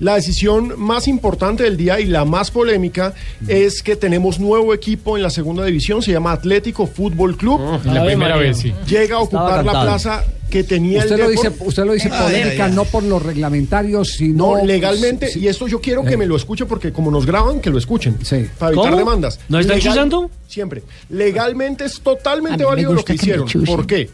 La decisión más importante del día y la más polémica es que tenemos nuevo equipo en la segunda división, se llama Atlético Fútbol Club. Ah, La Ave primera María. vez, sí. Llega a ocupar la cantado. plaza que tenía Usted el lo, Depor- dice, usted lo dice polémica, no por los reglamentarios, sino... No, legalmente, pues, Sí, y esto yo quiero que Eh. me lo escuche porque como nos graban, que lo escuchen. Sí. Para evitar ¿Cómo? demandas. ¿No están chuzando? Siempre. Legalmente es totalmente A mí me válido lo gusta que que me hicieron. chusen. ¿Por qué?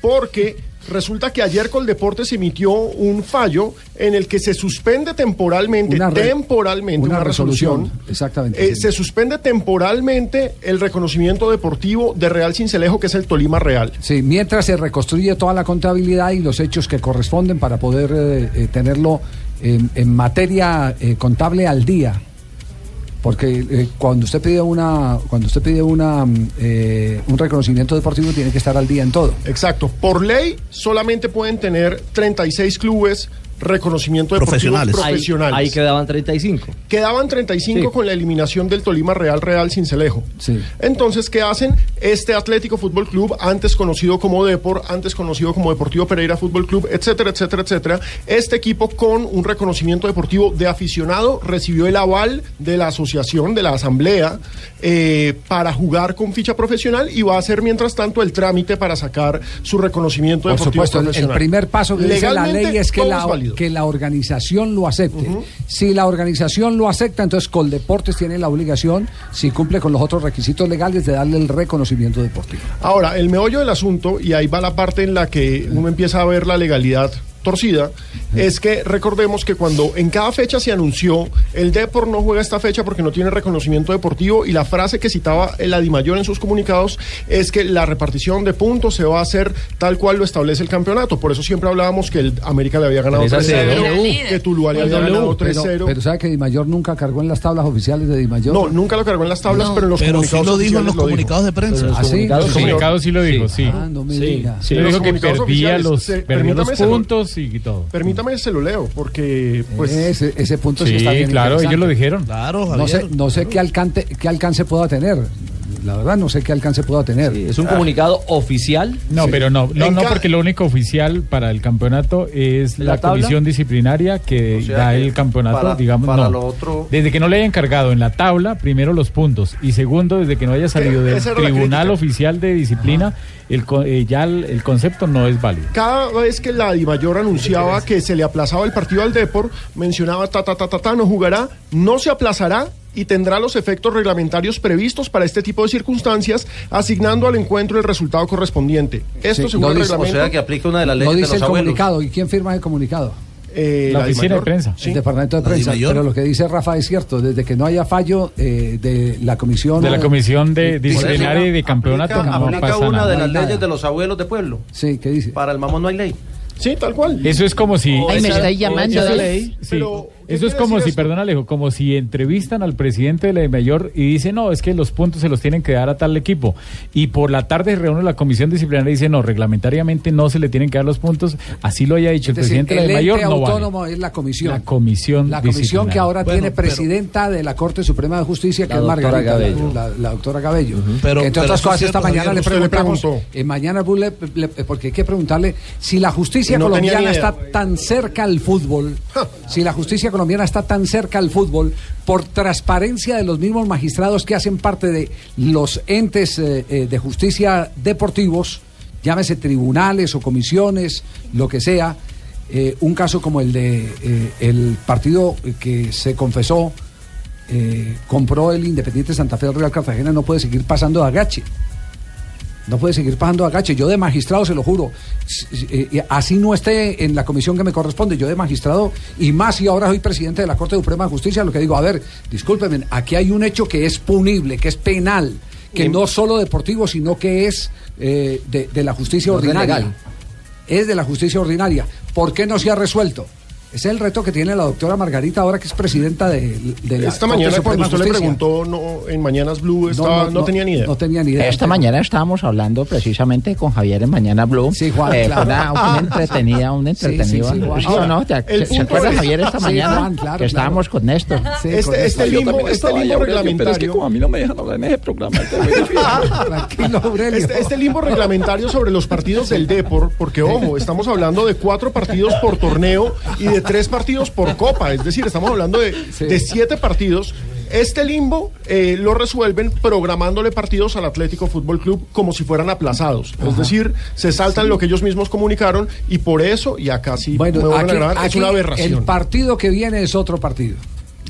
Porque resulta que ayer Coldeportes emitió un fallo en el que se suspende temporalmente, Una re- temporalmente, una, una resolución. resolución, exactamente, Eh, sí. Se suspende temporalmente el reconocimiento deportivo de Real Cincelejo, que es el Tolima Real. Sí, mientras se reconstruye toda la contabilidad y los hechos que corresponden para poder eh, eh, tenerlo en, en materia eh, contable al día. Porque eh, cuando usted pide una cuando usted pide una mm, eh, un reconocimiento deportivo tiene que estar al día en todo. Exacto. Por ley solamente pueden tener 36 clubes reconocimiento deportivo Profesionales. Ahí- profesionales. Ahí quedaban 35. Quedaban 35 Sí. con la eliminación del Tolima Real Real Cincelejo. Sí. Entonces, ¿qué hacen? Este Atlético Fútbol Club, antes conocido como Depor, antes conocido como Deportivo Pereira Fútbol Club, etcétera, etcétera, etcétera, este equipo con un reconocimiento deportivo de aficionado recibió el aval de la asociación, de la asamblea, eh, para jugar con ficha profesional y va a hacer mientras tanto el trámite para sacar su reconocimiento Por deportivo supuesto, el- el profesional. primer paso que dice la Legalmente, ley es que todo la, válido. que la organización lo acepte. Si la organización lo acepta, entonces Coldeportes tiene la obligación, si cumple con los otros requisitos legales, de darle el reconocimiento deportivo. Ahora, el meollo del asunto, y ahí va la parte en la que uno empieza a ver la legalidad torcida, es que recordemos que cuando en cada fecha se anunció, el Depor no juega esta fecha porque no tiene reconocimiento deportivo, y la frase que citaba el Adimayor en sus comunicados es que la repartición de puntos se va a hacer tal cual lo establece el campeonato. Por eso siempre hablábamos que el América le había ganado 3 a 0. 3-0, que Tuluá le había W. ganado Pero, 3-0. pero sabe que Di Mayor nunca cargó en las tablas oficiales de Di Mayor. No, nunca lo cargó en las tablas, pero en los Pero sí comunicados lo dijo oficiales en los lo dijo. comunicados de prensa. ¿Ah, sí? Los El Sí. comunicado sí lo dijo, sí. Ah, no me diga. Sí, lo Los dijo que comunicados perdía oficiales, los, se- perdía los permítame, se lo- puntos y todo. Permítame, se lo leo, porque pues... Eh, ese, ese punto sí, Sí, está bien. claro, interesante. ellos lo dijeron. Claro, No sé, Javier. no sé qué, alcance, qué alcance pueda tener. La verdad, no sé qué alcance pueda tener. Sí, es un comunicado oficial. No, pero no, no, En no, ca- porque lo único oficial para el campeonato es la, ¿La tabla? comisión disciplinaria que O sea, da que el campeonato, para- digamos. para no. lo otro- Desde que no le hayan cargado en la tabla, primero los puntos, y segundo, desde que no haya salido del esa era la Tribunal crítica. Oficial de Disciplina, el, co- eh, ya el, el concepto no es válido. Cada vez que la Dimayor anunciaba que se le aplazaba el partido al Depor, mencionaba ta ta ta ta ta, no jugará, no se aplazará y tendrá los efectos reglamentarios previstos para este tipo de circunstancias, asignando al encuentro el resultado correspondiente. Esto Sí, según no el dice- O reglamento. sea que aplica una de las Lo leyes de dice los el abuelos. comunicado. ¿Y quién firma el comunicado? eh, La oficina Dimayor, de prensa. sí. El departamento de La prensa. Dimayor. Pero lo que dice Rafa es cierto. Desde que no haya fallo eh, de la comisión. De la comisión de Por eso, disciplinaria y de campeonato aplica- no aplica pasa una nada. de las No hay leyes nada. de los abuelos de pueblo. Sí, ¿qué dice? Para el mamón no hay ley. Sí, tal cual. Eso es como si. Ay, me esa- estáis llamando, esa ¿eh? ley, sí. Pero, ¿qué Eso es quiere como decir si, esto? perdón Alejo, como si entrevistan al presidente de la de mayor y dice, no, es que los puntos se los tienen que dar a tal equipo. Y por la tarde se reúne la comisión disciplinaria y dice, no, reglamentariamente no se le tienen que dar los puntos. Así lo haya dicho Es el decir, presidente de la el de mayor. ente No vale. autónomo es la comisión. La comisión La comisión que disciplinaria. ahora Bueno, tiene pero- presidenta de la Corte Suprema de Justicia, que La es doctora Margarita, Cabello. La, la doctora Cabello. Pero- Que entre pero otras eso cosas, es esta cierto, mañana Javier, le usted le preguntamos, preguntó. eh, mañana Blue le- le- eh, porque hay que preguntarle si la justicia No tenía colombiana ni idea. está tan cerca al fútbol, si la justicia colombiana está tan cerca al fútbol, por transparencia de los mismos magistrados que hacen parte de los entes eh, eh, de justicia deportivos, llámese tribunales o comisiones, lo que sea, eh, un caso como el de eh, el partido que se confesó eh, compró el Independiente Santa Fe al Real Cartagena no puede seguir pasando de agache. No puede seguir pasando agache. Yo de magistrado, se lo juro, s- s- eh, eh, así no esté en la comisión que me corresponde. Yo de magistrado, y más si ahora soy presidente de la Corte Suprema de Justicia, lo que digo, a ver, discúlpenme, aquí hay un hecho que es punible, que es penal, que Em- no solo deportivo, sino que es eh, de, de la justicia Orden ordinaria. legal. Es de la justicia ordinaria. ¿Por qué no se ha resuelto? Ese es el reto que tiene la doctora Margarita ahora que es presidenta de, de eh, la Esta Corte mañana cuando Suprema usted de le Justicia. preguntó no, en Mañanas Blue, estaba, no, tenía ni idea. No tenía ni idea. Esta mañana estábamos hablando precisamente con Javier en Mañana Blue. Sí, Juan, Eh, claro. Ah. una, una entretenida, una Sí, sí, entretenida. sí, Juan. ¿Sí o no? ¿Te- el ¿Se punto acuerda es- Javier esta Sí, mañana? Juan, claro, que estábamos con Néstor. Sí, Este- correcto. este- Ah, yo limbo- también este estaba limbo ahí, Aurelio, Pero es que reglamentario- como a mí no me dejan hablar en ese programa, está muy difícil. Tranquilo, Aurelio. Este, este limbo reglamentario sobre los partidos del Depor, porque ojo, estamos hablando de cuatro partidos por torneo y de de tres partidos por copa. Es decir, estamos hablando de, de siete partidos. Este limbo eh, lo resuelven programándole partidos al Atlético Fútbol Club como si fueran aplazados. Es decir, se saltan lo que ellos mismos comunicaron y por eso, y acá sí me Bueno, vuelven aquí, a grabar, es aquí una el aberración. partido que viene es otro partido.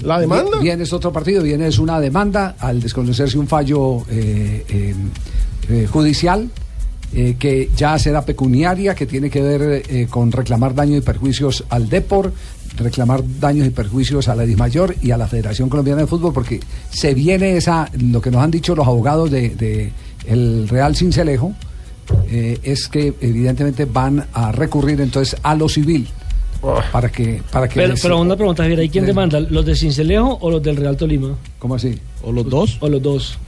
¿La demanda? Viene es otro partido, viene es una demanda al desconocerse un fallo eh, eh, eh, judicial eh, que ya será pecuniaria, que tiene que ver eh, con reclamar daños y perjuicios al Depor, reclamar daños y perjuicios a la Dismayor y a la Federación Colombiana de Fútbol, porque se viene esa, lo que nos han dicho los abogados de, de el Real Cincelejo, eh, es que evidentemente van a recurrir entonces a lo civil. Para que, para que Pero, les- pero una pregunta, Javier, ¿y quién Sí. demanda? ¿Los de Cincelejo o los del Real Tolima? ¿Cómo así? ¿O los dos? ¿O los dos?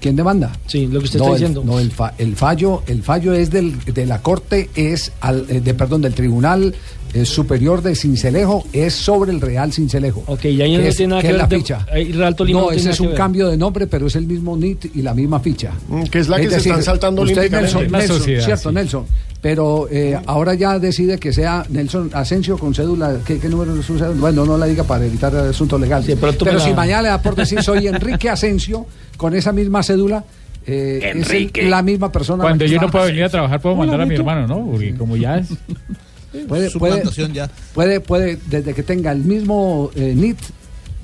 ¿Quién demanda? Sí, lo que usted no, está el- diciendo. no, el, fa- el fallo, el fallo es del, de la corte, es al, eh, de, perdón, del tribunal eh, superior de Cincelejo, es sobre el Real Cincelejo. Ok, y ahí que no es- tiene nada que es ver la de- ficha. ahí Real Tolima no no, tiene ese nada es que un ver. cambio de nombre, pero es el mismo NIT y la misma ficha. Mm, que es la que se decir, están saltando Usted, olímpicamente. Nelson, Una Nelson, sociedad, cierto, sí. Nelson. Pero eh, ahora ya decide que sea Nelson Asensio con cédula. ¿Qué, qué número es su cédula? Bueno, no la diga para evitar asuntos legales. Sí, pero pero tú me la- si mañana le da por decir soy Enrique Asensio con esa misma cédula, eh, es el- la misma persona. Cuando yo no Ah, puedo venir a trabajar, puedo mandar a mi hermano, ¿no? Porque como ya es. puede, puede, Suplantación ya. puede, puede, desde que tenga el mismo eh, NIT,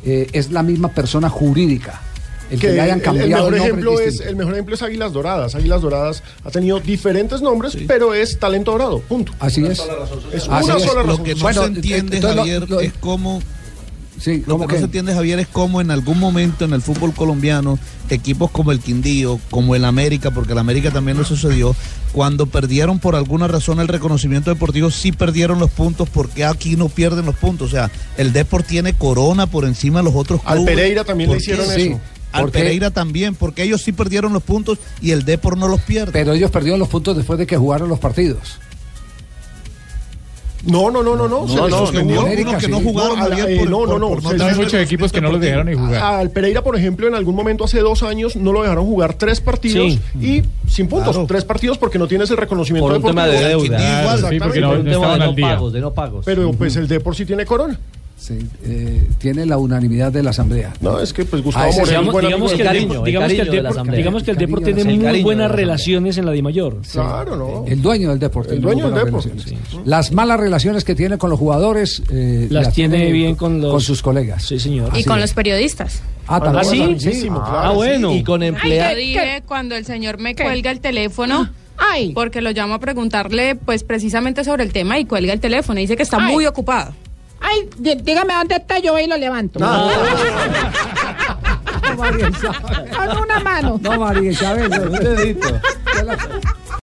eh, es la misma persona jurídica. El que, que le hayan el- el cambiado mejor el, nombre ejemplo es distinto. el mejor ejemplo es Águilas Doradas. Águilas Doradas ha tenido diferentes nombres, pero es talento dorado. Punto. Así es. Es Así una es. sola razón. Lo que no Bueno, se entiende, entonces lo- Javier, lo- es cómo. Sí, Lo ¿cómo que no qué? se entiende, Javier, es cómo en algún momento en el fútbol colombiano, equipos como el Quindío, como el América, porque el América también lo sucedió, cuando perdieron por alguna razón el reconocimiento deportivo, sí perdieron los puntos, porque aquí no pierden los puntos. O sea, el Deport tiene corona por encima de los otros Al clubes. Pereira también le ¿Por qué? hicieron Sí, eso. Al porque- Pereira también, porque ellos sí perdieron los puntos y el Deport no los pierde. Pero ellos perdieron los puntos después de que jugaron los partidos. No, no, no, no, no. se No, le no, suspendió. no, América, algunos que sí. no jugaron, No, a la- Javier, eh, por- no, no, por- no, por se- tener Hay muchos equipos que no los dejaron ni deportivo. jugar. Al Pereira, por ejemplo, en algún momento hace dos años no lo dejaron jugar tres partidos y sin puntos. Claro. Tres partidos porque no tienes el reconocimiento Por un tema deportivo. de deuda. Claro, sí, porque no- Por un Exactamente. tema estaban de al no día. pagos, de no pagos. Pero pues el Depor sí tiene corona. Sí, eh, tiene la unanimidad de la Asamblea. No, es que pues Ah, Gustavo ese Moreno, digamos- un buen amigo digamos del que el Depor. cariño, Depor- el digamos que el cariño de la Depor- Asamblea. digamos que el El Depor cariño de tiene la muy Asamblea. buenas relaciones en la Di Mayor. Claro, no. El dueño del deporte. El tiene dueño muy del buenas deporte, relaciones. Las malas relaciones que tiene con los jugadores. eh, Las tiene bien con los- sus colegas. Sí, señor. Y Así con es. los periodistas. Ah, también. ¿Ah, sí? Buenísimo, Ah, claro, sí. bueno. Y con Ay, empleados. yo dije cuando el señor me cuelga el teléfono. Ah, Ay. Porque lo llamo a preguntarle, pues precisamente sobre el tema y cuelga el teléfono. y Dice que está Ay. muy ocupado. Ay, dí- dígame dónde está, yo voy y lo levanto. No, María Isabel. Con una mano. Ah, No, María Isabel. no, no. Yo la-